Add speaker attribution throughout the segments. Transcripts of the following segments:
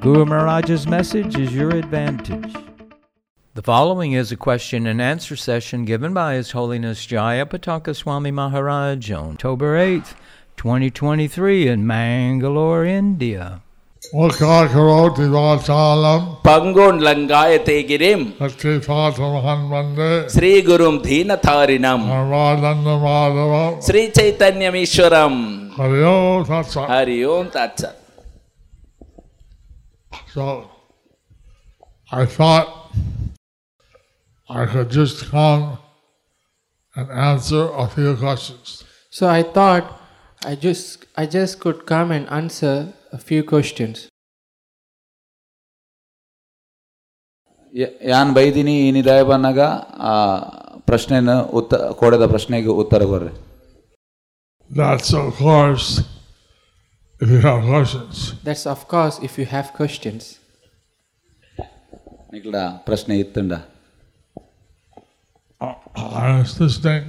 Speaker 1: Guru Maharaj's message is your advantage. The following is a question and answer session given by His Holiness Jaya Pataka Swami Maharaj on October 8th, 2023 in Mangalore, India.
Speaker 2: मुखा करोति वाचालं
Speaker 3: பங்கோன் லங்காய தேகிரேம்
Speaker 2: लक्ष्मीपाथमहन् वन्दे
Speaker 3: ஸ்ரீ குரும் தீனதாரிணம்
Speaker 2: भगवानन्दमाधवं
Speaker 3: ஸ்ரீ சைத்தன்யம் ஈஸ்வரம்
Speaker 2: हरि ओं तत्सत्
Speaker 3: ஹரி ஓம் தாட்சா
Speaker 2: So I thought I could just come and answer a few questions.
Speaker 4: So I thought I just I just could come and answer a few questions.
Speaker 5: ಯ- ಯಾನ್ ಬೈದಿನಿ ಈ ರಾಯಬನ್ನಾಗ ಆ ಪ್ರಶ್ನೆನ ಉತ್ತ ಕೊಡದ ಪ್ರಶ್ನೆಗೆ ಉತ್ತರ ಬರ್ರಿ
Speaker 2: That's of course if you have questions.
Speaker 4: That's of course if you have questions.
Speaker 5: ನಿಕ್ಲಡ ಪ್ರಶ್ನೆ ಇತ್ತಂಡ
Speaker 2: I I was listening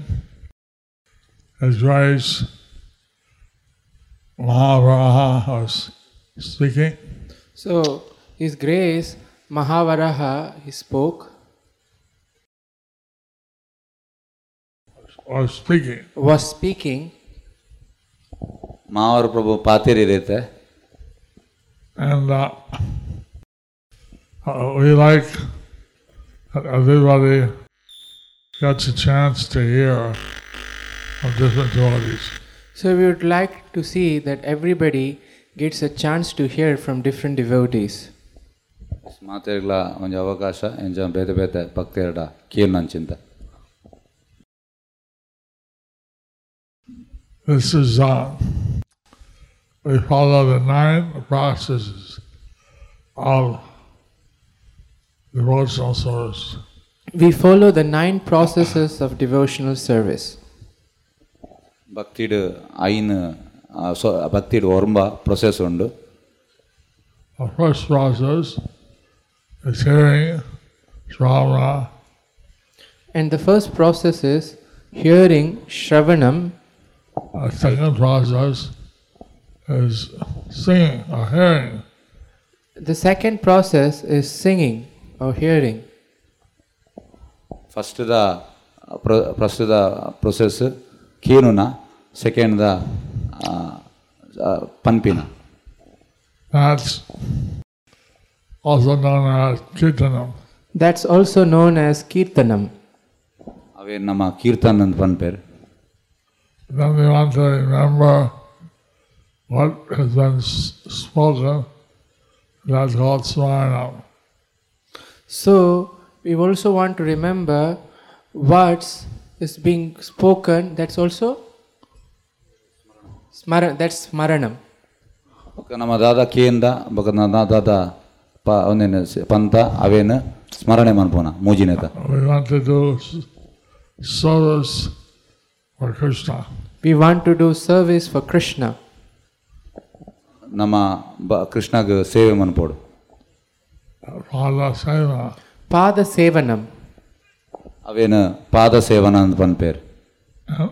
Speaker 2: as Grace Mahavaraha was speaking.
Speaker 4: So His Grace Mahavaraha he spoke
Speaker 2: was speaking.
Speaker 4: was speaking
Speaker 5: ಮಾವರ Prabhu ಪಾತೇರಿ ಇರೈತೆ
Speaker 2: And uh, uh, we like that everybody gets a chance to hear from different devotees.
Speaker 4: So we would like to see that everybody gets a chance to hear from different devotees.
Speaker 5: ಮಾತೇರಿಗಳ ಒಂದು ಅವಕಾಶ ಎಂಜ ಬೇತೆ ಬೇತೆ ಭಕ್ತೇರಡ ಕೀಲ್ ನಂಚಿಂತ
Speaker 2: This is, uh, we follow the nine processes of devotional service.
Speaker 4: We follow the nine processes of devotional service.
Speaker 5: ಭಕ್ತಿಡು ಐನ್ ಆ, so ಭಕ್ತಿಡು ಒರಂಬ process ಉಂಡು
Speaker 2: The first process is hearing, shravana,
Speaker 4: And the first process is hearing Shravanam,
Speaker 2: A second process is seeing or hearing.
Speaker 4: the second process is singing or hearing.
Speaker 5: ಫಸ್ಟ್ದ ಪ್ರ ಪ್ರಸ್ತುತ process ಕೀನುನ ಸೆಕೆಂಡ್ದ ಆ, ಆ, ಪನ್ಪಿನ
Speaker 2: That's also known as kirtanam.
Speaker 4: That's also known as Kirtanam.
Speaker 5: ಅವೇ ನಮ್ಮ ಕೀರ್ತನ್ ಅಂತ ಪನ್ಪೇರು
Speaker 2: Then we want to remember what has been s- spoken. That's called smaranam.
Speaker 4: So we also want to remember words is being spoken. That's also smara. That's smaranam.
Speaker 5: ಬೊಕ ನಮ್ಮ ದಾದ ಕೇಂದ ಬೊಕ ನನ್ನ ದಾದ ಪ ಅವನೇನು ಪಂತ ಅವೇನು ಸ್ಮರಣೆ ಮನ್ಪೋನ ಮೂಜಿನೇತ
Speaker 2: We want to do s- service for Krishna.
Speaker 4: We want to do service for Krishna.
Speaker 5: ನಮ್ಮ ಬ ಕೃಷ್ಣಗ ಸೇವೆ ಮನ್ಪೋಡು
Speaker 2: Pada Seva.
Speaker 4: Pada Sevanam.
Speaker 5: ಅವೇನು ಪಾದ ಸೇವನ ಅಂತ ಪನ್ಪೇರು
Speaker 2: Oh.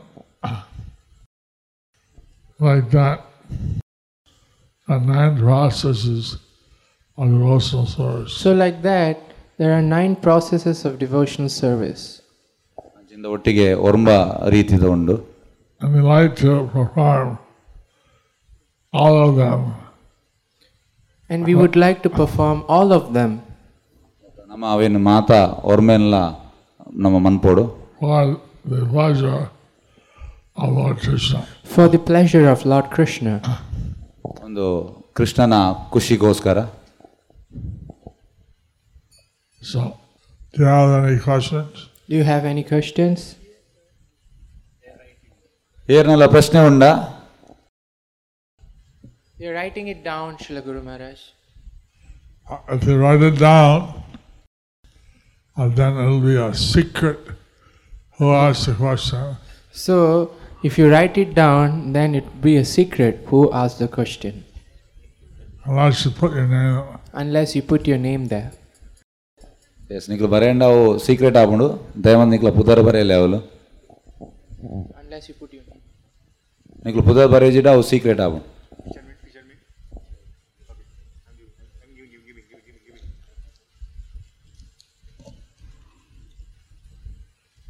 Speaker 2: like that. The nine processes of devotional service.
Speaker 4: So like that, there are nine processes of devotional service.
Speaker 5: ಅಂಚಿಂದ ಒಟ್ಟಿಗೆ ಒರಂಬ ರೀತಿದ ಉಂಡು
Speaker 2: And we like to perform all of them.
Speaker 4: And we would like to perform all of them
Speaker 5: ನಮ್ಮ ಅವೇನು ಮಾತ ಒರ್ಮೆಲ್ಲ ನಮ್ಮ ಮನ್ಪೋಡು
Speaker 2: for the pleasure of Lord Krishna.
Speaker 4: for the pleasure of Lord Krishna,
Speaker 5: ಒಂದು ಕೃಷ್ಣನ ಖುಷಿಗೋಸ್ಕರ
Speaker 2: So, do you have any questions?
Speaker 4: do you have any questions?
Speaker 5: ಏರ್ನೆಲ್ಲ ಪ್ರಶ್ನೆ ಉಂಡ
Speaker 4: You're writing it down, Srila Guru Maharaj.
Speaker 2: Uh, If you write it down, uh, then it'll be a secret who asked the question.
Speaker 4: So, if you write it down, then it will be a secret who asked the question,
Speaker 2: Unless you put your name.
Speaker 4: unless you put your name there.
Speaker 5: S ನಿಕ್ಲು ಬರೆಯಂಡವು secret ಆಪುಂಡು ದಯಮಂದು ನಿಕ್ಲ ಪುದರ್ ಬರೆಯಲೆ ಅವಳು
Speaker 4: Unless you put your name.
Speaker 5: ನಿಕ್ಲು ಪುದರ್ ಬರೆಯಜಿಡ ಅವು secret ಆಪುಂಡು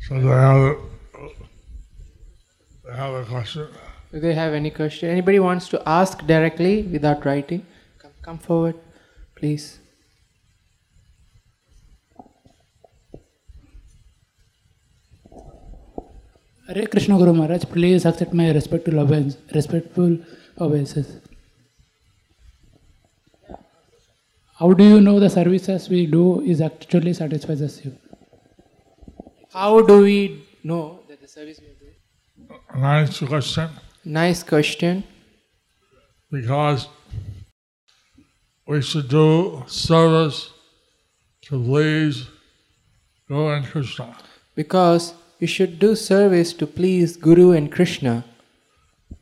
Speaker 2: So they have, they have a question.
Speaker 4: Do they have any question? Anybody wants to ask directly without writing? Come, come forward, please.
Speaker 6: Hare Krishna Guru Maharaj, please accept my respectful obeisance. Respectful obeisance. How do you know the services we do is actually satisfies us? you?
Speaker 4: How do we know that the service we are doing?
Speaker 2: Nice question.
Speaker 4: Nice question.
Speaker 2: because we should do service to please Guru and Krishna.
Speaker 4: Because you should do service to please Guru and Krishna.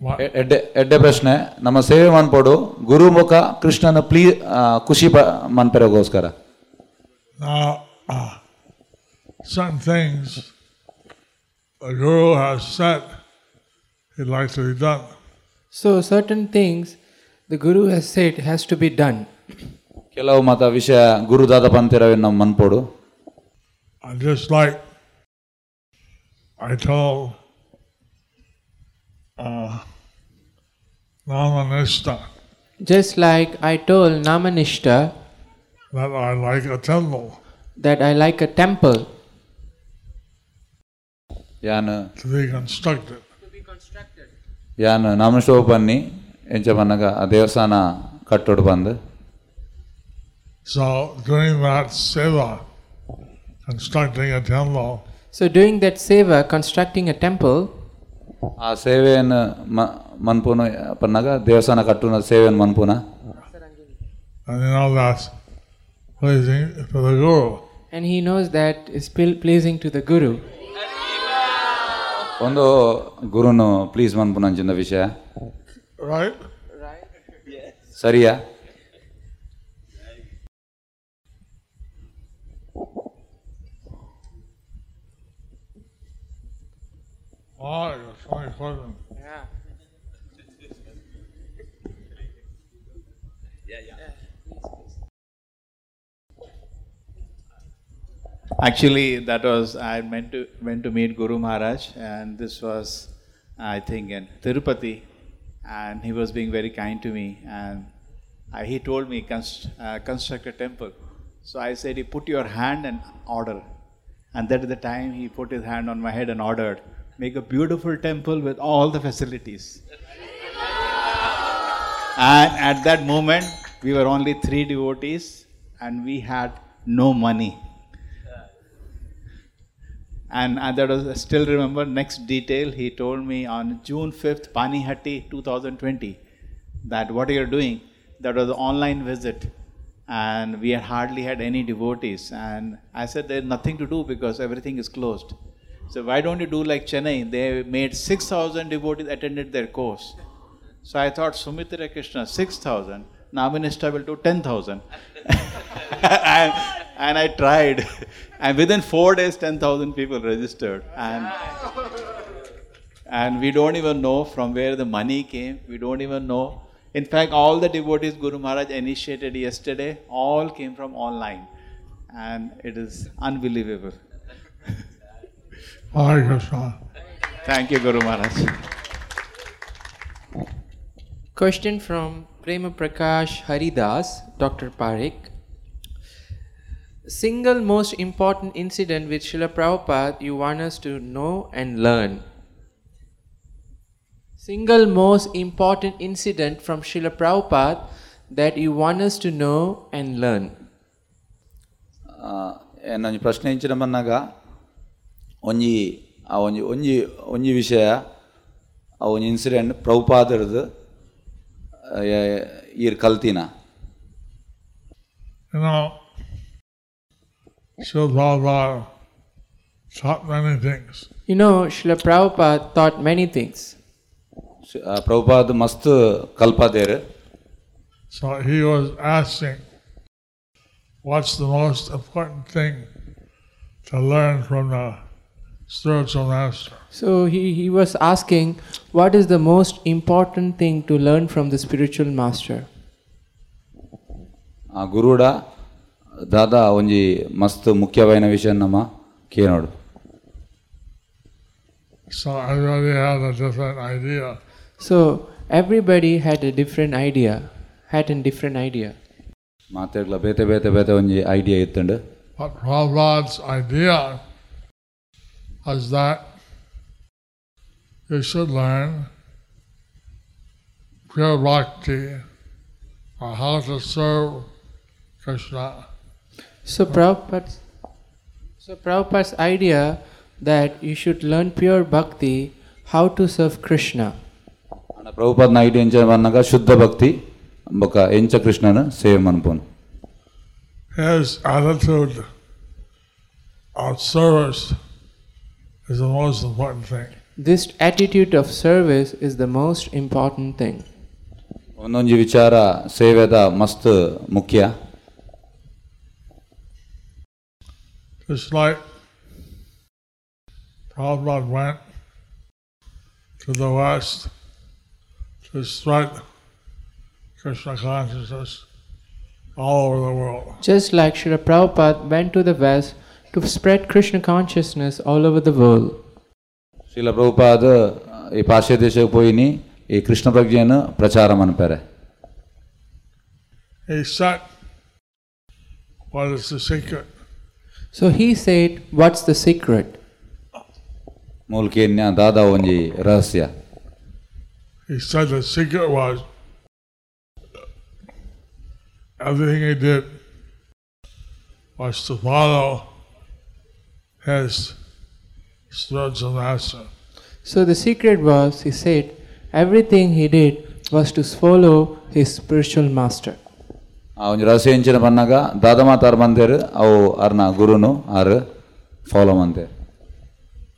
Speaker 2: But
Speaker 5: ಎ- ಎಡ್ಡೆ ಎಡ್ಡೆ ಪ್ರಶ್ನೆ ನಮ್ಮ ಸೇವೆ ಮನ್ಪೋಡು ಗುರುಮುಖ ಕೃಷ್ಣನ plea ಆ, ಖುಷಿ ಪ ಮನ್ಪೆರಗೋಸ್ಕರ
Speaker 2: now, uh, certain things the Guru has said he'd like to be done.
Speaker 4: So, certain things the Guru has said has to be done.
Speaker 5: ಕೆಲವು ಮತ ವಿಷಯ ಗುರುದಾದ ಪಂತಿರವೇ ನಮ್ಮ ಮನ್ಪೋಡು
Speaker 2: I just like I told uh, Namanista
Speaker 4: Just like I told Namanishta
Speaker 2: that I like a temple
Speaker 4: that I like a temple
Speaker 5: ಯಾನ್
Speaker 2: to be constructed.
Speaker 5: ಯಾನ್ ನಮಸ್ಟೋ ಬನ್ನಿ ಎಂಚ ಮನ್ನಗ ಆ ದೇವಸ್ಥಾನ ಕಟ್ಟೋಡು ಬಂದು
Speaker 2: So during that seva, constructing a temple,
Speaker 4: So during that seva, constructing a temple,
Speaker 5: ಆ ಸೇವೆಯನ್ನು ಮ ಮನ್ಪುನ ಪನ್ನಗ ದೇವಸ್ಥಾನ ಕಟ್ಟುನ ಸೇವೆಯನ್ನು ಮನ್ಪುನ
Speaker 2: and you know that's pleasing to the guru.
Speaker 4: and he knows that is pl- pleasing to the Guru.
Speaker 5: ಒಂದು ಗುರುನು please ಮನ್ಪುನ ಅಂಚಿನ ವಿಷಯ
Speaker 2: Right?
Speaker 5: ಸರಿಯಾ
Speaker 2: Oh, you're funny question.
Speaker 7: Actually, that was I meant to went to meet Guru Maharaj, and this was, I think, in Tirupati, and he was being very kind to me, and I, he told me const, uh, construct a temple. So I said, "You put your hand and order," and that is the time he put his hand on my head and ordered, "Make a beautiful temple with all the facilities." And at that moment, we were only three devotees, and we had no money. And I that was I still remember next detail he told me on June 5th, Panihati 2020, that what you're doing, that was an online visit. And we had hardly had any devotees. And I said, There's nothing to do because everything is closed. So why don't you do like Chennai? They made 6,000 devotees attended their course. So I thought Sumitra Krishna 6,000, Naminista will do 10,000. and, and I tried. And within four days, 10,000 people registered. And, and we don't even know from where the money came. We don't even know. In fact, all the devotees Guru Maharaj initiated yesterday all came from online. And it is unbelievable.
Speaker 2: Hare Krishna.
Speaker 7: Thank you, Guru Maharaj.
Speaker 4: Question from Prema Prakash Haridas, Dr. Parekh. Single most important incident with Srila Prabhupada you want us to know and learn. Single most important incident from Srila Prabhupada that you want us to know and learn.
Speaker 5: ಆ, ನನ್ನ ಪ್ರಶ್ನೆ ಇಂಚಿನ ಬಂದಾಗ ಒಂಜಿ ಆ ಒಂಜಿ ಒಂಜಿ ಒಂಜಿ ವಿಷಯ ಆ ಒಂಜಿ ಇನ್ಸಿಡೆಂಟ್ ಪ್ರಭುಪಾದರದು ಈರ್ ಕಲ್ತಿನ
Speaker 2: You know, Srila Prabhupada taught many things.
Speaker 4: You know, Srila Prabhupada taught many things.
Speaker 5: Prabhupada ಮಸ್ತ್ ಕಲ್ಪದೇರು
Speaker 2: So he was asking, what's the most important thing to learn from the spiritual master?
Speaker 4: So he, he was asking, what is the most important thing to learn from the spiritual master?
Speaker 5: ಆ ಗುರುಡ ದಾದಾ ಒಂಜಿ ಮಸ್ತ್ ಮುಖ್ಯವಾದ ವಿಷಯ ನಮ್ಮ ಕೇನೋಡು
Speaker 2: So everybody had a different idea.
Speaker 4: So everybody had a different idea, had a different idea.
Speaker 5: ಮಾತೆಗ್ಲ ಬೇತೆ ಬೇತೆ ಬೇತೆ ಒಂಜಿ ಐಡಿಯಾ ಇತ್ತುಂಡು
Speaker 2: But Prabhupada's idea was that you should learn pure bhakti or how to serve Krishna.
Speaker 4: So Prabhupada's, so Prabhupada's idea that you should learn pure bhakti, how to serve Krishna.
Speaker 5: ಆಂಡ ಪ್ರಭುಪಾದನ idea ಎಂಚ ಬನ್ನಾಗ ಶುದ್ಧ ಭಕ್ತಿ ಬೊಕ ಎಂಚ ಕೃಷ್ಣನ ಸೇವೆ ಮನ್ಪುನು
Speaker 2: His attitude of service is the most important thing.
Speaker 4: This attitude of service is the most important thing.
Speaker 5: ಒಂದೊಂಜಿ ವಿಚಾರ ಸೇವೆದ ಮಸ್ತ್ ಮುಖ್ಯ
Speaker 2: Just like Prabhupada went to the West to spread Krishna consciousness all over the world.
Speaker 4: Just like Srila Prabhupada went to the West to spread Krishna consciousness all over the world.
Speaker 5: ಶೀಲ ಪ್ರಭುಪಾದ ಈ ಪಾಶ್ಚ್ಯ ದೇಶಕ್ಕೆ ಪೋಯಿನಿ ಈ ಕೃಷ್ಣ ಪ್ರಜ್ಞೆಯನ್ನು ಪ್ರಚಾರ ಮನ್ಪೆರೆ
Speaker 2: He said, What is the secret?
Speaker 4: So he said, What's the secret?
Speaker 5: ಮೂಲಕೇನ್ಯ ದಾದ ಒಂಜಿ ರಹಸ್ಯ
Speaker 2: He said the secret was everything he did was to follow his spiritual master.
Speaker 4: So the secret was, he said, everything he did was to follow his spiritual master.
Speaker 5: ಆ ಒಂಜಿ ರಹಸ್ಯ ಎಂಚಿನ ಬನ್ನಾಗ ದಾದ ಮಾತಾರ್ ಬಂದೇರು ಅವು ಅರ್ನ ಗುರುನು ಆರ್ ಫಾಲೋ ಮಂತೆ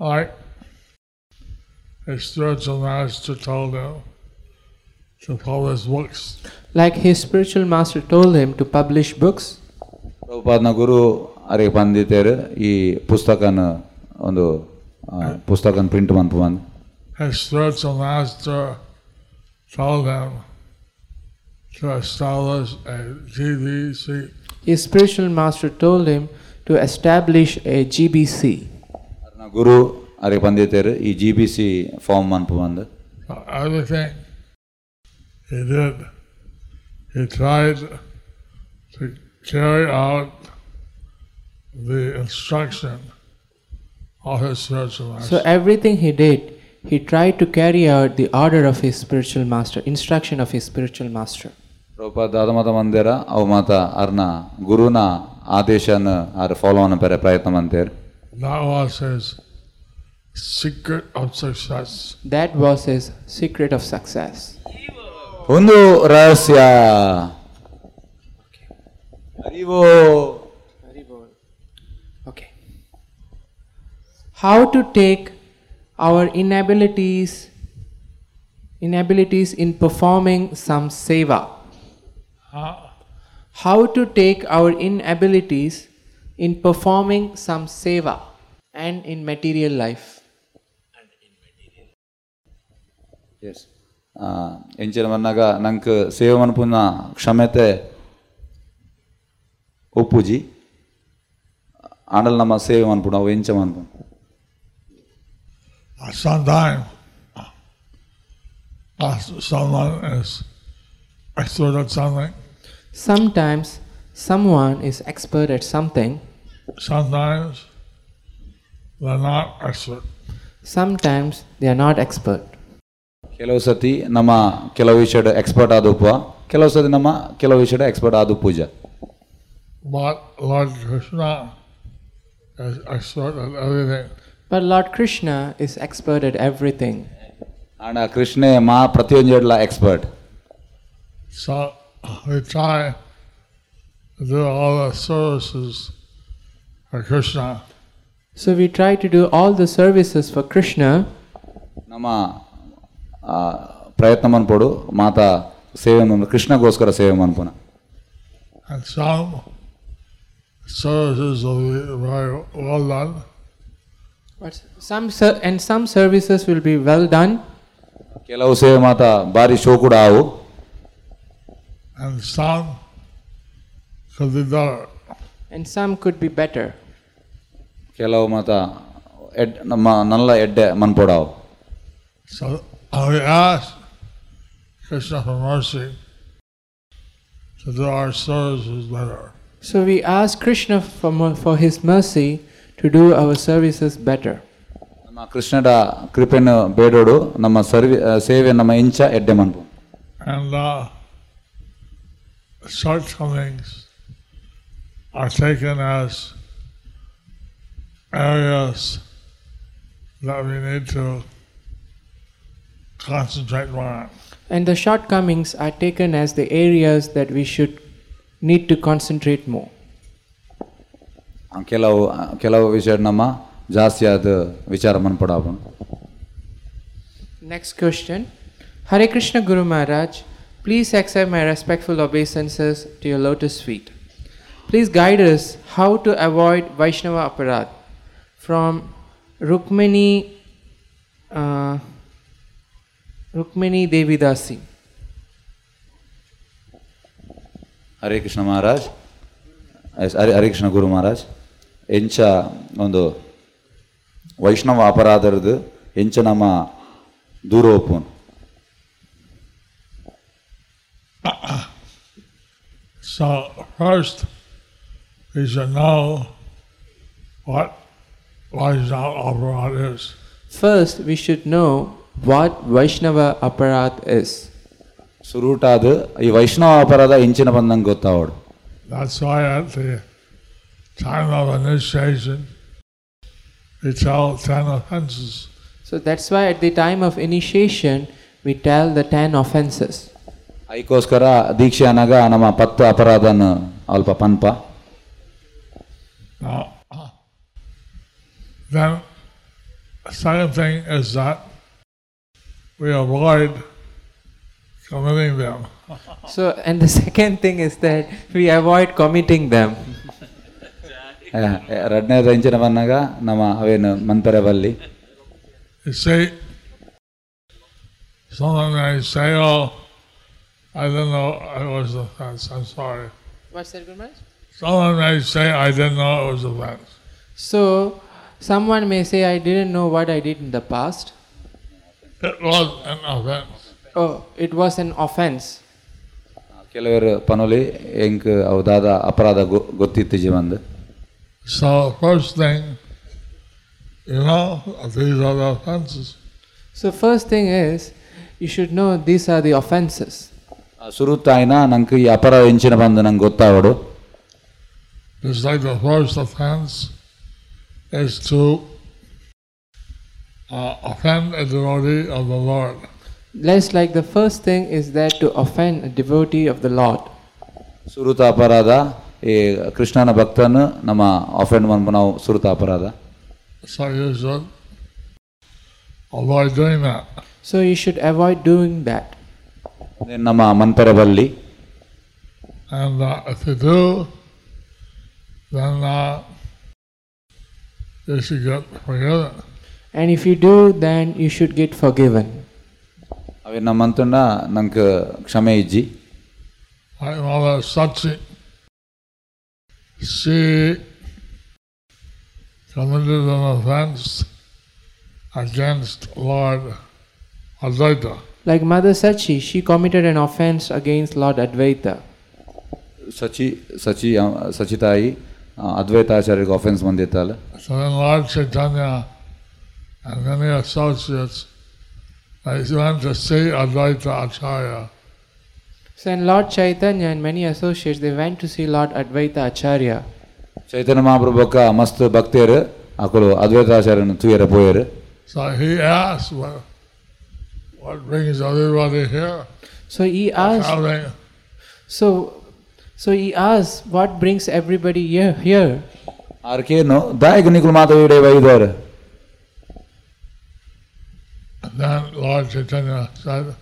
Speaker 2: Like his spiritual master told him to publish books.
Speaker 4: Like his spiritual master told him to publish books,
Speaker 5: ಪ್ರಭುಪಾದನ ಗುರು ಅರಿಗೆ ಬಂದಿದ್ದೇರು ಈ ಪುಸ್ತಕನ ಒಂದು ಆ, ಪುಸ್ತಕನ ಪ್ರಿಂಟ್ ಮನ್ಪು ಬಂದು
Speaker 2: His spiritual master told him to establish a GDC.
Speaker 4: his spiritual master told him to establish a GBC.
Speaker 5: ಅರ್ನ ಗುರು ಅರಿಗೆ ಬಂದಿದ್ದೇರು ಈ ಜಿ ಬಿ ಸಿ ಫಾರ್ಮ್ ಮನ್ಪು ಬಂದು
Speaker 2: Uh, everything he did, he tried to carry out the instruction of his spiritual master.
Speaker 4: So everything he did, he tried to carry out the order of his spiritual master, instruction of his spiritual master.
Speaker 5: Prabhupada ದಾದ ಮಾತ ಮಂದಿರ ಅವು ಮಾತ ಅರ್ನ ಗುರುನ ಆದೇಶನ R follow ಅನ್ಪೆರೆ ಪ್ರಯತ್ನ ಮಂತೇರು
Speaker 2: that was his secret of success.
Speaker 4: That was his secret of success.
Speaker 5: ಒಂದು ರಹಸ್ಯ ಅರಿವೋ
Speaker 4: Okay. How to take our inabilities inabilities in performing some seva. How to take our inabilities in performing some seva and in material life.
Speaker 5: ಎಂಚಿನ ಬಂದಾಗ ನಂಗೆ ಸೇವೆ ಮನ್ಪುನ ಕ್ಷಮತೆ ಒಪ್ಪುಜಿ ಆಂಡಲ್ ನಮ್ಮ ಸೇವೆ ಮನ್ಪುಣ ಅವು ಎಂಚ ಮನ್ಪುಣ
Speaker 2: Uh, Sometimes uh, someone is expert at something.
Speaker 4: Sometimes someone is expert at something,
Speaker 2: Sometimes they're not expert.
Speaker 4: sometimes they are not expert.
Speaker 5: ಕೆಲವು ಸತಿ ನಮ್ಮ ಕೆಲವು ವಿಷಯದ ಎಕ್ಸ್ಪರ್ಟ್ ಆದುಪ್ಪ ಕೆಲವು ಸತಿ ನಮ್ಮ ಕೆಲವು ವಿಷಯದ ಎಕ್ಸ್ಪರ್ಟ್ ಆದು ಪೂಜಾ
Speaker 2: But Lord Krishna is expert at everything.
Speaker 4: But Lord Krishna is expert at everything.
Speaker 5: ಆಂಡ ಕೃಷ್ಣೆ ಮಾ ಪ್ರತಿಯೊಂದು ಎಡ್ಲ expert
Speaker 2: So we try to do all the services for Krishna.
Speaker 4: So we try to do all the services for Krishna.
Speaker 5: ನಮ್ಮ ಆ, ಪ್ರಯತ್ನ ಮನ್ಪೋಡು ಮಾತಾ ಸೇವೆ ಮನ್ ಕೃಷ್ಣಗೋಸ್ಕರ ಸೇವೆ ಮನ್ಪುನ
Speaker 2: And some services will be very well done,
Speaker 4: But some ser- and some services will be well done,
Speaker 5: ಕೆಲವು ಸೇವೆ ಮಾತ ಭಾರಿ ಶೋಕುಡ ಆವು
Speaker 2: and some could be better.
Speaker 4: and some could be better.
Speaker 5: ಕೆಲವು ಮಾತ ಎಡ್ ನಮ್ಮ ನಲ್ಲ ಎಡ್ಡೆ ಮನ್ಪೋಡಾವು
Speaker 2: So I we ask Krishna for mercy to do our services better.
Speaker 4: So we ask Krishna for, mo- for his mercy to do our services better.
Speaker 5: ನಮ್ಮ ಕೃಷ್ಣಡ ಕೃಪೆಯನ್ನು ಬೇಡೋಡು ನಮ್ಮ ಸರ್ವಿ ಆ, ಸೇವೆ ನಮ್ಮ ಇಂಚ ಎಡ್ಡೆ ಮನ್ಪು
Speaker 2: And uh, shortcomings are taken as areas that we need to concentrate more on.
Speaker 4: And the shortcomings are taken as the areas that we should need to concentrate more.
Speaker 5: ಕೆಲವು ಆ, ಕೆಲವು ವಿಷಯ ನಮ್ಮ ಜಾಸ್ತಿ ಆದ ವಿಚಾರ ಮನ್ಪಡಾವು
Speaker 4: Next question. Hare Krishna Guru Maharaj, please accept my respectful obeisances to your lotus feet. Please guide us how to avoid Vaishnava aparad from Rukmini uh, Rukmini Devidasi.
Speaker 5: Hare Krishna Maharaj yes, Hare Hare Krishna Guru Maharaj ಎಂಚ ಒಂದು ವೈಷ್ಣವ ಅಪರಾಧರದು ಎಂಚ ನಮ್ಮ ದೂರ ಒಪ್ಪುನ್
Speaker 2: So first, we should know what Vaishnava Aparad is.
Speaker 4: First, we should know what Vaishnava aparad is.
Speaker 5: ಸುರುಟಾದ ಈ ವೈಷ್ಣವ ಅಪರಾಧ ಎಂಚಿನ ಬಂದಂಗೆ ಗೊತ್ತಾವಡು
Speaker 2: That's why at the time of initiation, we tell ten offenses.
Speaker 4: So that's why at the time of initiation, we tell the 10 offenses.
Speaker 5: ಅದಕ್ಕೋಸ್ಕರ ದೀಕ್ಷೆ ಅನ್ನಾಗ ನಮ್ಮ ಪತ್ತು ಅಪರಾಧನ ಅಲ್ಪ ಪನ್ಪ
Speaker 2: Now, then, second thing is that we avoid committing them.
Speaker 4: So, and the second thing is that we avoid committing them.
Speaker 5: ಎರಡನೇದ ಇಂಚಿನ ಬಂದಾಗ ನಮ್ಮ ಅವೇನು ಮಂತರೆ ಬಲ್ಲಿ
Speaker 2: You see, someone may say, oh, I didn't know it was a fence, I'm sorry.
Speaker 4: What's that, Guru Maharaj?
Speaker 2: Someone may say, I didn't know it was a fence.
Speaker 4: So, someone may say, I didn't know what I did in the past.
Speaker 2: It was an offense.
Speaker 4: Oh, it was an offense.
Speaker 5: ಕೆಲವರು ಪನೋಲಿ ಹೆಂಗ್ ಅವದಾದ ಅಪರಾಧ ಗೊ- ಗೊತ್ತಿತ್ತು ಜೀವಂದು
Speaker 2: So first thing, you know, these are the offenses.
Speaker 4: So, first thing is, you should know these are the offenses.
Speaker 5: ಸುರುತಾಯಿನ ನಂಗೆ ಈ ಅಪರಾಧ ಹೆಂಚಿನ ಬಂದು ನಂಗೆ ಗೊತ್ತಾವಡು
Speaker 2: Just like the first offense is to uh, offend a devotee of the Lord.
Speaker 4: Less like the first thing is that to offend a devotee of the Lord.
Speaker 5: ಸುರುತ ಅಪರಾಧ ಈ ಕೃಷ್ಣನ ಭಕ್ತನ ನಮ್ಮ ಅಫೆಂಡ್ ಮನ್ಪು ನಾವು ಸುರುತ ಅಪರಾಧ
Speaker 2: So you should avoid doing that.
Speaker 4: So, you should avoid doing that.
Speaker 5: ಅದೇ ನಮ್ಮ ಮಂತರೆ ಬಲ್ಲಿ
Speaker 2: And uh, if you do, then uh, you should get forgiven.
Speaker 4: And if you do, then you should get forgiven.
Speaker 5: ಅವೇ ನಮ್ಮ ಮಂತಣ್ಣ ನಂಗೆ ಕ್ಷಮೆ ಇಜ್ಜಿ
Speaker 2: Like Mother Sachi, she committed an offense against Lord Advaita.
Speaker 4: Like Mother Sachi, she committed an offense against Lord Advaita.
Speaker 5: ಸಚಿ ಸಚಿ ಸಚಿತಾಯಿ ಆ, ಅದ್ವೈತಾಚಾರ್ಯರಿಗೆ offence ಬಂದಿತ್ತಲ್ಲ
Speaker 2: So then Lord Chaitanya and many associates, they went to see Advaita Acharya
Speaker 4: So, and Lord Chaitanya and many associates they went to see Lord Advaita Acharya.
Speaker 5: Chaitanya Mahaprabhu ಬೊಕ್ಕ ಮಸ್ತ್ ಭಕ್ತಿಯರು ಅಕಲು ಅದ್ವೈತಾಚಾರ್ಯನ ತುಯರ ಪೋಯರು
Speaker 2: So he asked, what, what brings everybody here?
Speaker 4: So he asked.
Speaker 2: How they,
Speaker 4: So, So he asks, What brings everybody here? here?
Speaker 5: ആർക്കേനു ദായക് നിക്കുമാതയുടെ Vaidyar
Speaker 2: And then Lord Chaitanya said,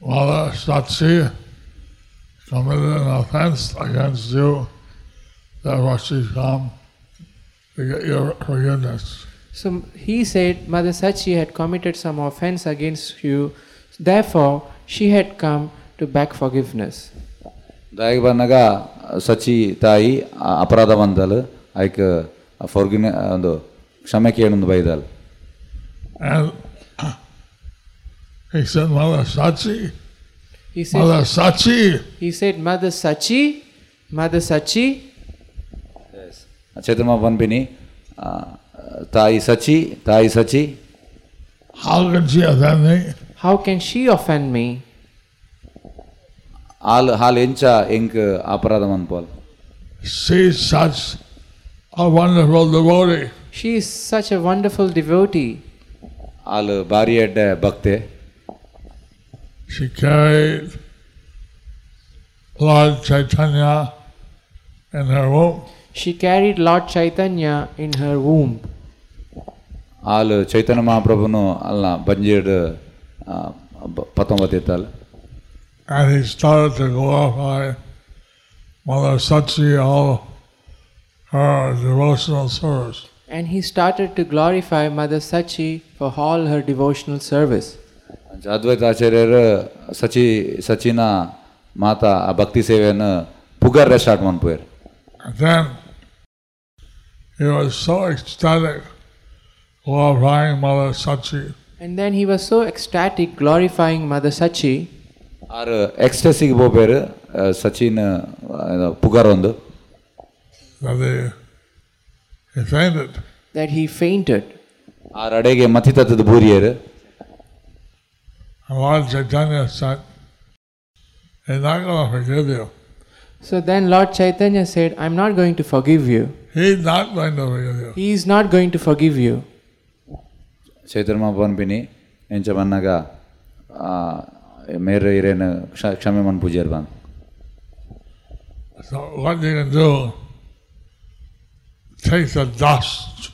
Speaker 2: Mother Satsi committed an offense against you. Therefore she's come to get your forgiveness.
Speaker 4: So he said, Mother Sachi had committed some offense against you, therefore she had come to beg forgiveness.
Speaker 5: ದಯಗ್ ಬಂದಾಗ ಸಚಿ ತಾಯಿ ಆ ಅಪರಾಧ ಬಂದಲು ಆಯ್ಕೆ ಫೋರ್ಗಿನ ಒಂದು ಕ್ಷಮೆ ಕೇಳೊಂದು ಬೈದಲ್
Speaker 2: And he said, Mother Satsi,
Speaker 4: He said,
Speaker 2: Mother Satsi,
Speaker 4: he said Mother Sachi, Mother Sachi.
Speaker 5: Chaitramma ಬಂದ್ಬಿನಿ ಆ, ತಾಯಿ ಸಚಿ ತಾಯಿ ಸಚಿ
Speaker 2: how can she offend me?
Speaker 4: How can she offend me?
Speaker 5: ಹಾಲು ಹಾಲು ಎಂಚ ಎಂಕ್ ಅಪರಾಧ ಮನ್ಪೋಲ್
Speaker 2: She's such a wonderful devotee.
Speaker 4: She is such a wonderful devotee.
Speaker 5: ಹಾಲು ಭಾರಿ ಎಡ್ಡೆ ಭಕ್ತೆ
Speaker 2: She carried Lord Chaitanya in her womb.
Speaker 4: She carried Lord Chaitanya in her womb.
Speaker 5: ಹಾಲು ಚೈತನ್ಯ ಮಹಾಪ್ರಭುನು ಅಲ್ಲ ಬಂಜಿಡ್ ಪತ್ತೊಂಬತ್ತು ಎತ್ತಲ್ಲ
Speaker 2: And he started to glorify Mother Sachi all her devotional service.
Speaker 4: And he started to glorify Mother Sachi for all her devotional service.
Speaker 5: ಅದ್ವೈತ ಆಚಾರ್ಯರು ಸಚಿ ಸಚಿನ ಮಾತಾ ಆ ಭಕ್ತಿ ಸೇವೆಯನ್ನು ಪುಗರ್ರೆ start ಮಾಡ್ಬೋರು
Speaker 2: And then he was so ecstatic glorifying Mother Sachi
Speaker 4: And then he was so ecstatic glorifying Mother Sachi
Speaker 5: ಆರು ಎಕ್ಸ್ಟೆಸಿಗೆ ಹೋಗ್ಬೇರು ಆ, ಸಚಿನ್ ಆ, ಇದು ಪುಗರ್ ಒಂದು
Speaker 2: that he, he fainted.
Speaker 4: that he fainted.
Speaker 5: ಆರು ಅಡೆಗೆ ಮತ್ತಿತತ್ತದ ಬೂರಿಯರು
Speaker 2: And Lord Chaitanya said, He's not going to forgive you.
Speaker 4: So then Lord Chaitanya said, I'm not going to forgive you.
Speaker 2: He's not going to forgive you.
Speaker 4: He is not going to forgive you.
Speaker 5: ಚೈತನ್ಯ ಬಂದ್ಬಿನಿ ಎಂಚ ಬಂದಾಗ ಮೇರೆ ಇರೇನು ಕ್ಷ ಕ್ಷಮೆ ಮನ್ ಪೂಜೆಯರ್ ಬಂದು
Speaker 2: So what you can do, take the dust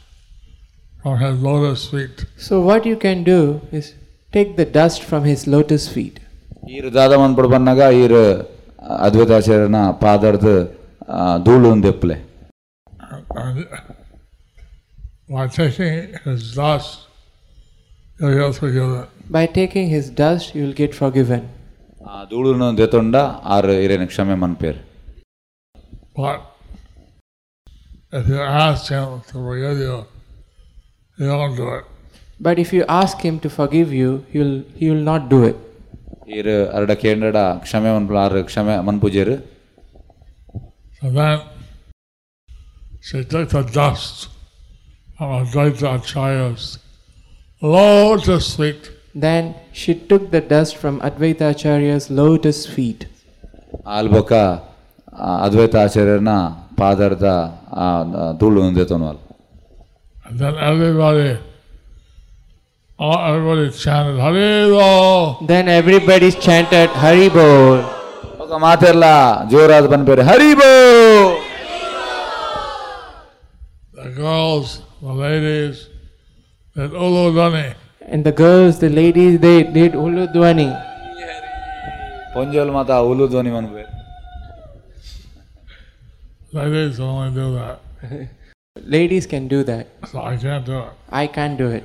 Speaker 2: from his lotus feet.
Speaker 4: So what you can do is take the dust from his lotus feet.
Speaker 5: ಈರು ದಾದ ಮನ್ಪಡು ಬಂದಾಗ ಈರು ಅದ್ವೈತಾಚಾರ್ಯನ ಪಾದರ್ದ ಆ, ಧೂಳು ಒಂದು ಎಪ್ಪಲೆ
Speaker 2: And by taking his dust, you'll get forgiven.
Speaker 4: By taking his dust, you will get forgiven.
Speaker 5: ಆ ಧೂಳನ್ನು ದೆತ್ತೊಂಡ ಆರು ಇರೇನು ಕ್ಷಮೆ ಮನ್ಪೇರು
Speaker 2: But if you ask him to forgive you, he won't do it.
Speaker 4: But if you ask him to forgive you, he will, he will not do it.
Speaker 5: ಇರು ಅರಡ ಕೇಂದ್ರಡ ಕ್ಷಮೆ ಮನ್ಪುಲ ಆರು ಕ್ಷಮೆ ಮನ್ಪೂಜೆರು
Speaker 2: So then she took the dust from Advaita Acharya's lotus feet.
Speaker 4: Then she took the dust from Advaita Acharya's lotus feet.
Speaker 5: ಆಲ್ ಬೊಕ ಆ, ಅದ್ವೈತ ಆಚಾರ್ಯನ ಪಾದರ್ದ ಆ, ಆ, ಧೂಳು ಹೊಂದಿತನು ಅಲ್ಲಿ
Speaker 2: And then everybody, all, everybody chanted, Haribo!
Speaker 4: Then everybody chanted Hari Bol.
Speaker 5: ఒక మాతెర్ల జోరాజ్ పనిపేరు హరిబో
Speaker 2: The girls, the ladies, did Uludani.
Speaker 4: And the girls, the ladies, they did Uludwani.
Speaker 5: పొంజోలు మాత ఉలు ధ్వని పనిపేరు
Speaker 2: Ladies only do that.
Speaker 4: Ladies can do that.
Speaker 2: So I can't do it.
Speaker 4: I can't do it.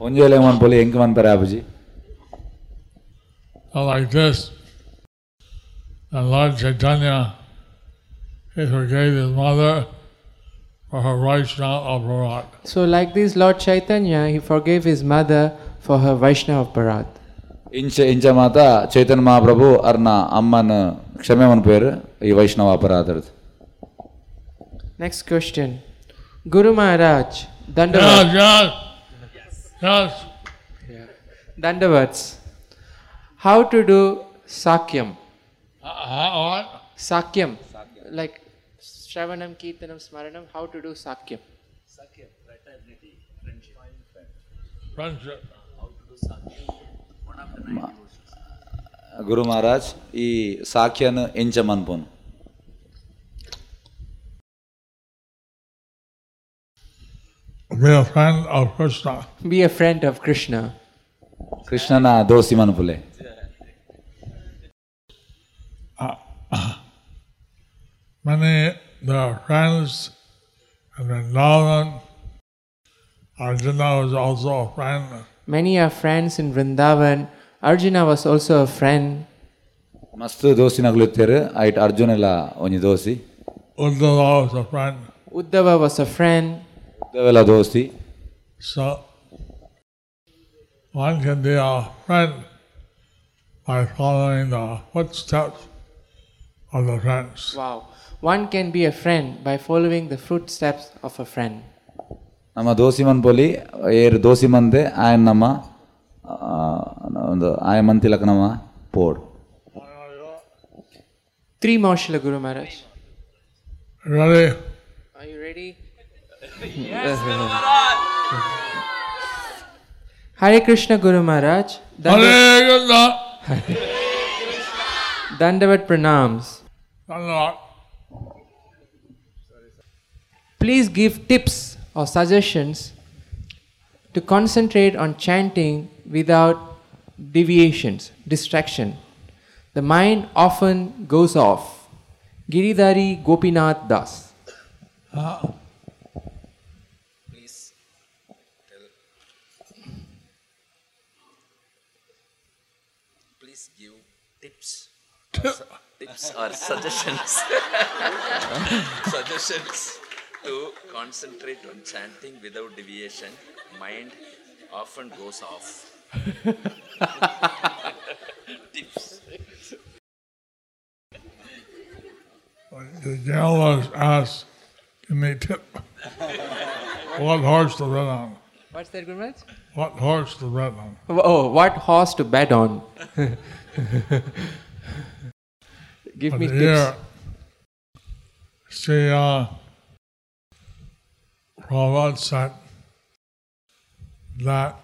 Speaker 5: పొంజోలు ఏమనిపోలే ఎంక పనిపేరు ఆపుజీ
Speaker 2: So like this, and Lord Chaitanya, he forgave his mother for her Vaishnava Aparat.
Speaker 4: So, like this, Lord Chaitanya, he forgave his mother for her Vaishnava Bharat.
Speaker 5: ఇంచ ఇంచ మాత చైతన్య మహాప్రభు అర్న అమ్మను క్షమే పనిపేరు ఈ వైష్ణవ అపరాధ
Speaker 4: Next question Guru Maharaj, Dandavat,
Speaker 2: Yes, yes, yes.
Speaker 4: Dandavats. How to do Sakyam?
Speaker 2: Uh, uh, what?
Speaker 4: Sakyam. Like Shravanam, Kirtanam, Smaranam, how to do Sakyam?
Speaker 2: Friendship.
Speaker 5: ಗುರು ಮಹಾರಾಜ್ ಈ ಸಾಖ್ಯನ ಎಂಚ ಮನ್ಪುನು
Speaker 2: Be a friend of Krishna.
Speaker 4: Be a friend of Krishna.
Speaker 5: ಕೃಷ್ಣನ ದೋಸ್ತಿ ಮನ್ಪುಲೆ
Speaker 2: Many the friends in Vrindavan. Arjuna was also a friend.
Speaker 4: Many are friends in Vrindavan. Arjuna was also a friend.
Speaker 5: ಮಸ್ತ್ ದೋಸ್ತಿನಾಗ್ಲುತ್ತೇರು ಐಟ್ ಅರ್ಜುನ್ ಎಲ್ಲ ಒಂಜಿ ದೋಸ್ತಿ
Speaker 2: Uddhava was a friend.
Speaker 4: Uddhava was a friend.
Speaker 5: ಉದ್ದವೆಲ್ಲ ದೋಸ್ತಿ
Speaker 2: So one can be a friend by following the footsteps of the friends.
Speaker 4: Wow. One can be a friend by following the footsteps of a friend.
Speaker 5: ನಮ್ಮ ದೋಸಿ ಮನ್ಪೊಲಿ ಏರು ದೋಸಿ ಮಂದೆ ಆಯನ್ ನಮ್ಮ ಆ, ಒಂದು ಆಯ ಮಂತಿಲಕ ನಮ್ಮ ಪೋಡ್
Speaker 4: Three more, Srila Guru Maharaj.
Speaker 2: Ready?
Speaker 4: Are you ready? Hare Krishna Guru Maharaj. Danda-
Speaker 2: Hare Krishna.
Speaker 4: Dandavat pranams.
Speaker 2: Dhanavad.
Speaker 4: Please give tips or suggestions to concentrate on chanting without deviations, distraction. The mind often goes off. Giridhari Gopinath Das.
Speaker 3: Please give tips. tips or suggestions. suggestions to concentrate on chanting without deviation. Mind often goes off. tips.
Speaker 2: The jailers asked, give me tip. what horse to run on?
Speaker 4: What's that, Guru Maharaj?
Speaker 2: What horse to run on?
Speaker 4: Oh, what horse to bet on? Give me
Speaker 2: But
Speaker 4: tips.
Speaker 2: here, see, uh, Prabhupada said that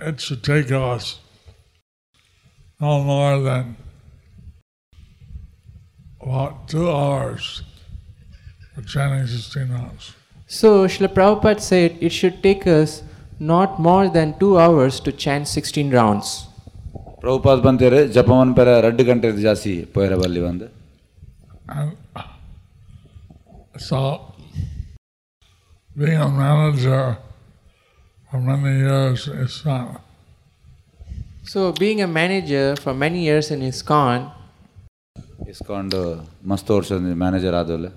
Speaker 2: it should take us no more than about two hours for chanting 16 rounds.
Speaker 4: So, Srila Prabhupada said it should take us not more than two hours to chant 16 rounds.
Speaker 5: Prabhupada ಬಂತೇರು ಜಪವನ್ ಪೆರ ರಡ್ಡು ಗಂಟೆ ಜಾಸ್ತಿ ಪೋಯರ ಬಲ್ಲಿ ಬಂದು
Speaker 2: And so, being a manager for many years is not.
Speaker 4: So, being a manager for many years in ISKCON,
Speaker 5: ಇಸ್ಕೊಂಡು ಮಸ್ತ್ ವರ್ಷದ ಮ್ಯಾನೇಜರ್ ಆದವಲ್ಲ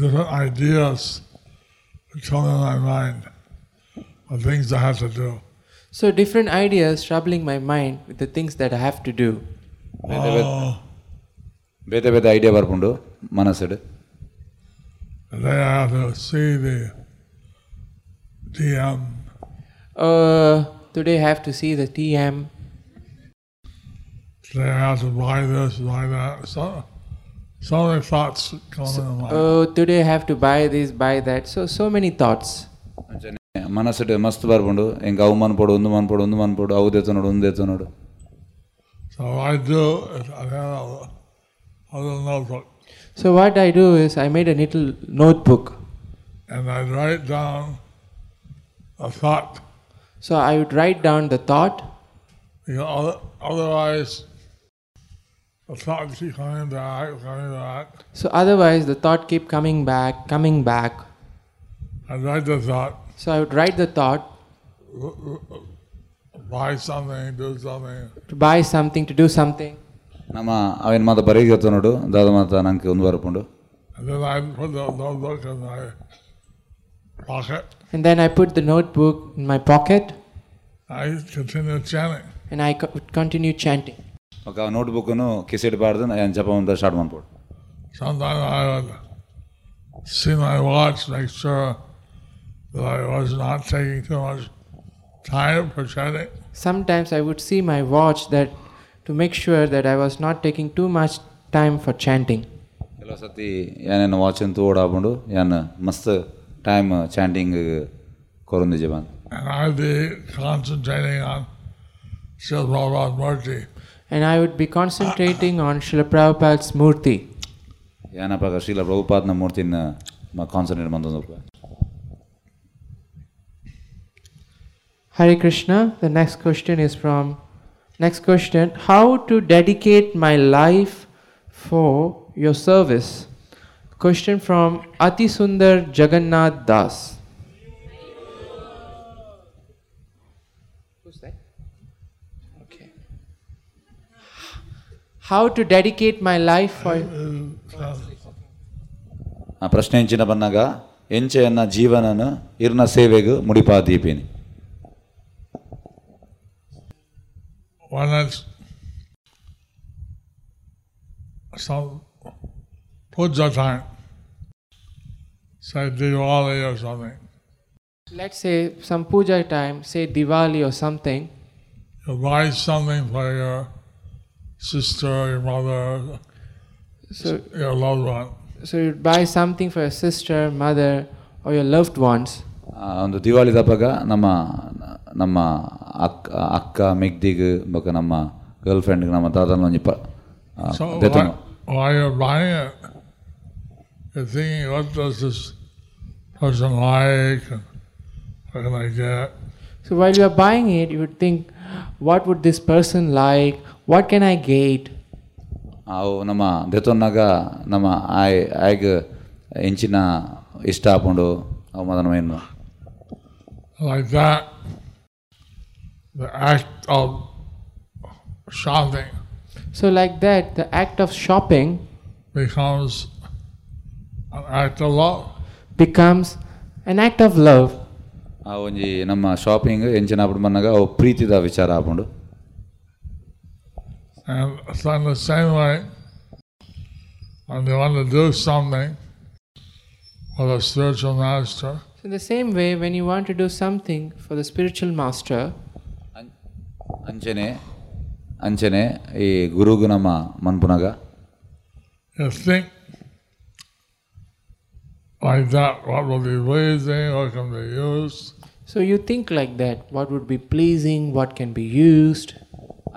Speaker 2: different ideas would come in my mind of things I had to do.
Speaker 4: so different ideas troubling my mind with the things that I have to do.
Speaker 5: ಬೇತೆ ಬೇತೆ
Speaker 2: Uh,
Speaker 5: ಬೇತೆ ಬೇತೆ idea ಬರ್ಕೊಂಡು ಮನಸ್ಸಿಡು
Speaker 2: And then I had to see the DM.
Speaker 4: Uh, today I have to see the TM.
Speaker 2: Today I had to buy this, buy that. So, so many thoughts come in my mind.
Speaker 4: Oh, today I have to buy this, buy that. So, so many thoughts.
Speaker 5: ಮನಸ್ಸಿಡು ಮಸ್ತ್ ಬರ್ಕೊಂಡು ಹೆಂಗೆ ಅವು ಮನ್ಪೋಡು ಒಂದು ಮನ್ಪೋಡು ಒಂದು ಮನ್ಪೋಡು ಅವದೇತು ನೋಡು ಒಂದೇತು ನೋಡು
Speaker 2: So what I do is I had a a little notebook
Speaker 4: So, what I do is I made a little notebook.
Speaker 2: and I'd write down a thought.
Speaker 4: So, I would write down the thought.
Speaker 2: You know, other- otherwise, the thoughts keep coming back, coming back.
Speaker 4: So, otherwise, the thought keep coming back, coming back.
Speaker 2: I'd write the thought,
Speaker 4: So, I would write the thought
Speaker 2: buy something, do something.
Speaker 4: to buy something, to do something.
Speaker 5: ನಮ್ಮ ಅವೇನು ಮಾತು ಬರೀಗತ್ತು ನೋಡು ದಾದ ಮಾತ ನಂಗೆ ಒಂದು ಬರ್ಕೊಂಡು
Speaker 2: And then I put the notebook in my pocket.
Speaker 4: And then I put the notebook in my pocket
Speaker 2: I continue chanting.
Speaker 4: and I co- would continue chanting.
Speaker 5: ఒక ನೋಟ್ಬುಕ್ಕನ್ನು ಕಿಸಿಡಬಾರ್ದು ನಾನು ಜಪ ಅಂತ ಸ್ಟಾರ್ಟ್ ಮಾಡ್ಬೋದು
Speaker 2: Sometimes I would see my watch, make sure that I was not taking too much time for chanting.
Speaker 4: Sometimes I would see my watch that to make sure that I was not taking too much time for chanting.
Speaker 5: ಕೆಲವು ಸತಿ ಏನೇನು watch ಅಂತೂ ಓಡಾಕೊಂಡು ಏನು ಮಸ್ತ್ time chanting ಕೊರೊಂದು ಜಪ
Speaker 2: And I'd be concentrating on Srila Prabhupada's Murti.
Speaker 4: and I would be concentrating on Srila Prabhupada's Murti.
Speaker 5: ಯಾನ ಪಾಕ ಶ್ರೀಲ ಪ್ರಭುಪಾದನ ಮೂರ್ತಿನ ಮ ಕಾನ್ಸಂಟ್ರೇಟ್ ಮಂತೊಂದು
Speaker 4: Hare Krishna, the next question is from. Next question How to dedicate my life for your service? Question from Ati Sundar Jagannath Das. Who's that? Okay. How to dedicate my life for.
Speaker 5: ಆ ಪ್ರಶ್ನೆ ಹೆಂಚಿನ ಬಂದಾಗ ಎಂಚೆಯನ್ನ ಜೀವನನ ಇರ್ನ ಸೇವೆಗೂ ಮುಡಿಪಾ Deepini
Speaker 2: When it's some puja time, say Diwali or something,
Speaker 4: Let's say some puja time, say Diwali or something,
Speaker 2: you buy something for your sister, your mother,
Speaker 4: So-
Speaker 2: your loved one.
Speaker 4: So you buy something for your sister, mother, or your loved ones.
Speaker 5: ಆ ಒಂದು ದಿವಾಳಿ ದಬ್ಬಗ ನಮ್ಮ ನಮ್ಮ ಅಕ್ಕ ಅಕ್ಕ ಮೆಗ್ದಿಗ್ ಬೊಕ ನಮ್ಮ girl ಫ್ರೆಂಡ್ಗೆ ನಮ್ಮ ತಾತನ ಒಂಜಿ ಪ ಆ,
Speaker 2: So
Speaker 5: ದೆತುಂಗ.
Speaker 2: why, while you're buying it, you're thinking, what does this person like? And what can I get?
Speaker 4: So while you are buying it, you would think, what would this person like? What can I get?
Speaker 5: ಅವು ನಮ್ಮ ದೆತೊನ್ನಾಗ ನಮ್ಮ ಆಯ್ ಆಯ್ಗ ಹೆಂಚಿನ ಇಷ್ಟ ಹಾಕೊಂಡು ಅವು ಮದನ ಏನು
Speaker 2: Like that, the act of shopping
Speaker 4: So like that, the act of shopping
Speaker 2: becomes an act of love.
Speaker 4: becomes an act of love.
Speaker 5: ಆ ಒಂಜಿ ನಮ್ಮ ಶಾಪಿಂಗ್ ಹೆಂಚಿನ ಹಾಕೊಂಡು ಬಂದಾಗ ಅವು ಪ್ರೀತಿದ ವಿಚಾರ ಹಾಕೊಂಡು
Speaker 2: And so in the same way, when you want to do something with a spiritual master,
Speaker 4: So in the same way, when you want to do something for the spiritual master,
Speaker 5: ಅಂ- ಅಂಚನೆ ಅಂಚನೆ ಈ ಗುರುಗು ನಮ್ಮ ಮನ್ಪುನಾಗ
Speaker 2: you think like that, what will be pleasing, what can be used.
Speaker 4: so you think like that. What would be pleasing? What can be used?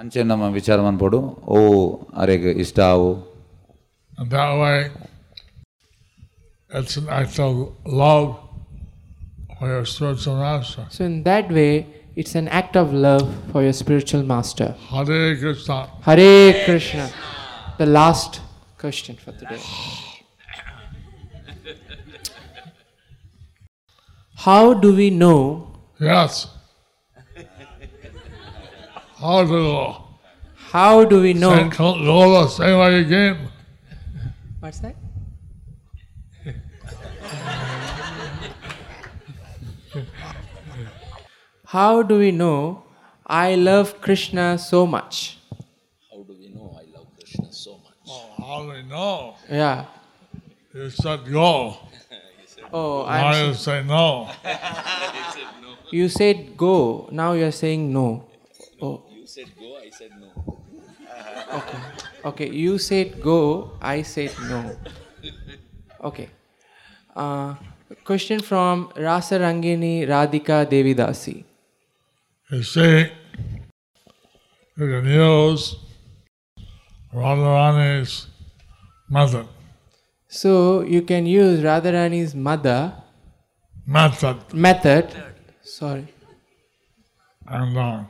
Speaker 5: ಅಂಚೆ ನಮ್ಮ ವಿಚಾರ ಮನ್ಪೋಡು ಓ ಅರೆಗ್ ಇಷ್ಟ ಅವು
Speaker 2: And that way, it's an act of love for your spiritual master.
Speaker 4: So in that way, it's an act of love for your spiritual master.
Speaker 2: Hare Krishna.
Speaker 4: Hare Krishna. The last question for today. How do we know?
Speaker 2: Yes. How do you
Speaker 4: How do we know?
Speaker 2: Same col- Lola, same way again.
Speaker 4: What's that? How do we know I love Krishna so much?
Speaker 3: How do we know I love Krishna so much?
Speaker 2: Oh, how do you know?
Speaker 4: Yeah.
Speaker 2: You said go.
Speaker 4: Oh,
Speaker 2: Now
Speaker 4: I'm,
Speaker 2: you say no.
Speaker 4: you said go. Now you're saying no. Oh.
Speaker 3: You said go, I said no.
Speaker 4: Okay, you said go, I said no. Okay. Uh, question from Rasa Rangini Radhika Devidasi.
Speaker 2: You see, you can use Radharani's method.
Speaker 4: So you can use Radharani's mother
Speaker 2: Method.
Speaker 4: method. Sorry.
Speaker 2: And uh,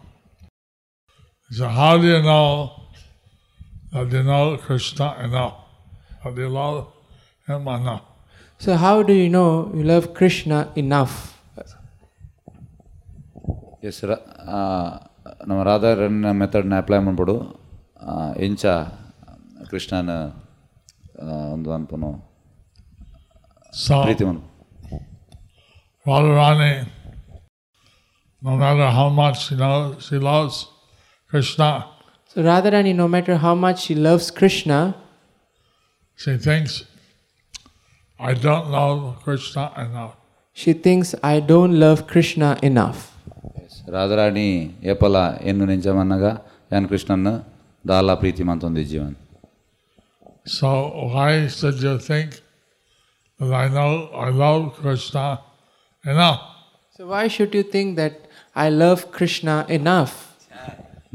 Speaker 2: so how do you know that you know Krishna enough? That you love him enough?
Speaker 4: So how do you know you love Krishna enough?
Speaker 5: Yes ರ ಆ, ನಮ್ಮ ರಾಧಾ ರನ್ ಮೆಥಡ್ನ apply ಮಾಡ್ಬಿಡು ಆ, ಇಂಚ ಕೃಷ್ಣನ ಆ, ಒಂದು ಅನ್ಪನು
Speaker 2: So
Speaker 5: Preethi Mann
Speaker 2: Radharani, no matter how much she knows, she loves Krishna,
Speaker 4: So Radharani, no matter how much she loves Krishna,
Speaker 2: she thinks, I don't know Krishna enough.
Speaker 4: she thinks I don't love Krishna enough.
Speaker 5: Radharani ಎಪಲ ಎನ್ನು ನೆಂಚ ಮನ್ನಾಗ ಯಾನ್ ಕೃಷ್ಣನ ದಾಲ ಪ್ರೀತಿ ಮಂತೊಂದು Jeevan
Speaker 2: So why should you think that I know I love Krishna enough?
Speaker 4: So why should you think that I love Krishna enough?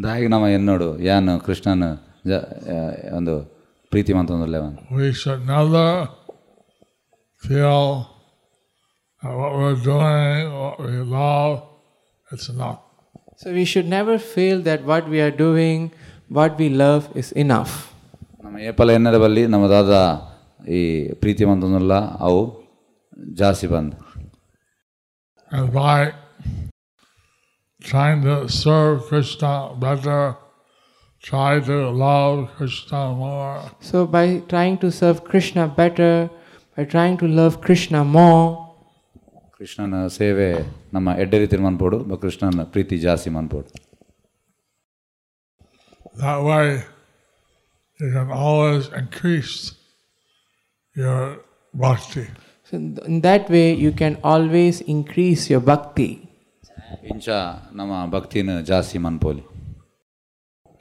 Speaker 5: ದಾಯಿಗೆ ನಮ್ಮ ಎನ್ನೋಡು ಯಾನು ಕೃಷ್ಣನ ಜ ಆ, ಒಂದು ಪ್ರೀತಿ ಮಾತೊಂದುಲ್ಲೆವನ್
Speaker 2: We should never feel that what we're doing, what we love, it's enough.
Speaker 4: So we should never feel that what we are doing, what we love is enough.
Speaker 5: ನಮ್ಮ ಏಪಲ ಎನ್ನರ ಬಲ್ಲಿ ನಮ್ಮದಾದ ಈ ಪ್ರೀತಿ ಮಾತೊಂದುಲ್ಲ ಅವು ಜಾಸ್ತಿ ಬಂದು
Speaker 2: And by trying to serve Krishna better, try to love Krishna more,
Speaker 4: So by trying to serve Krishna better, by trying to love Krishna more,
Speaker 5: ಕೃಷ್ಣನ ಸೇವೆ ನಮ್ಮ ಎಡ್ಡೆ ರೀತಿ ಮನ್ಪೋಡು ಬ ಕೃಷ್ಣನ ಪ್ರೀತಿ ಜಾಸ್ತಿ ಮನ್ಪೋಡು
Speaker 2: that way you can always increase your bhakti.
Speaker 4: so in that way you can always increase your bhakti.
Speaker 5: ಇಂಚ ನಮ್ಮ ಭಕ್ತಿನ ಜಾಸ್ತಿ ಮನ್ಪೋಲಿ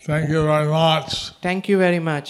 Speaker 2: Thank you very much.
Speaker 4: Thank you very much.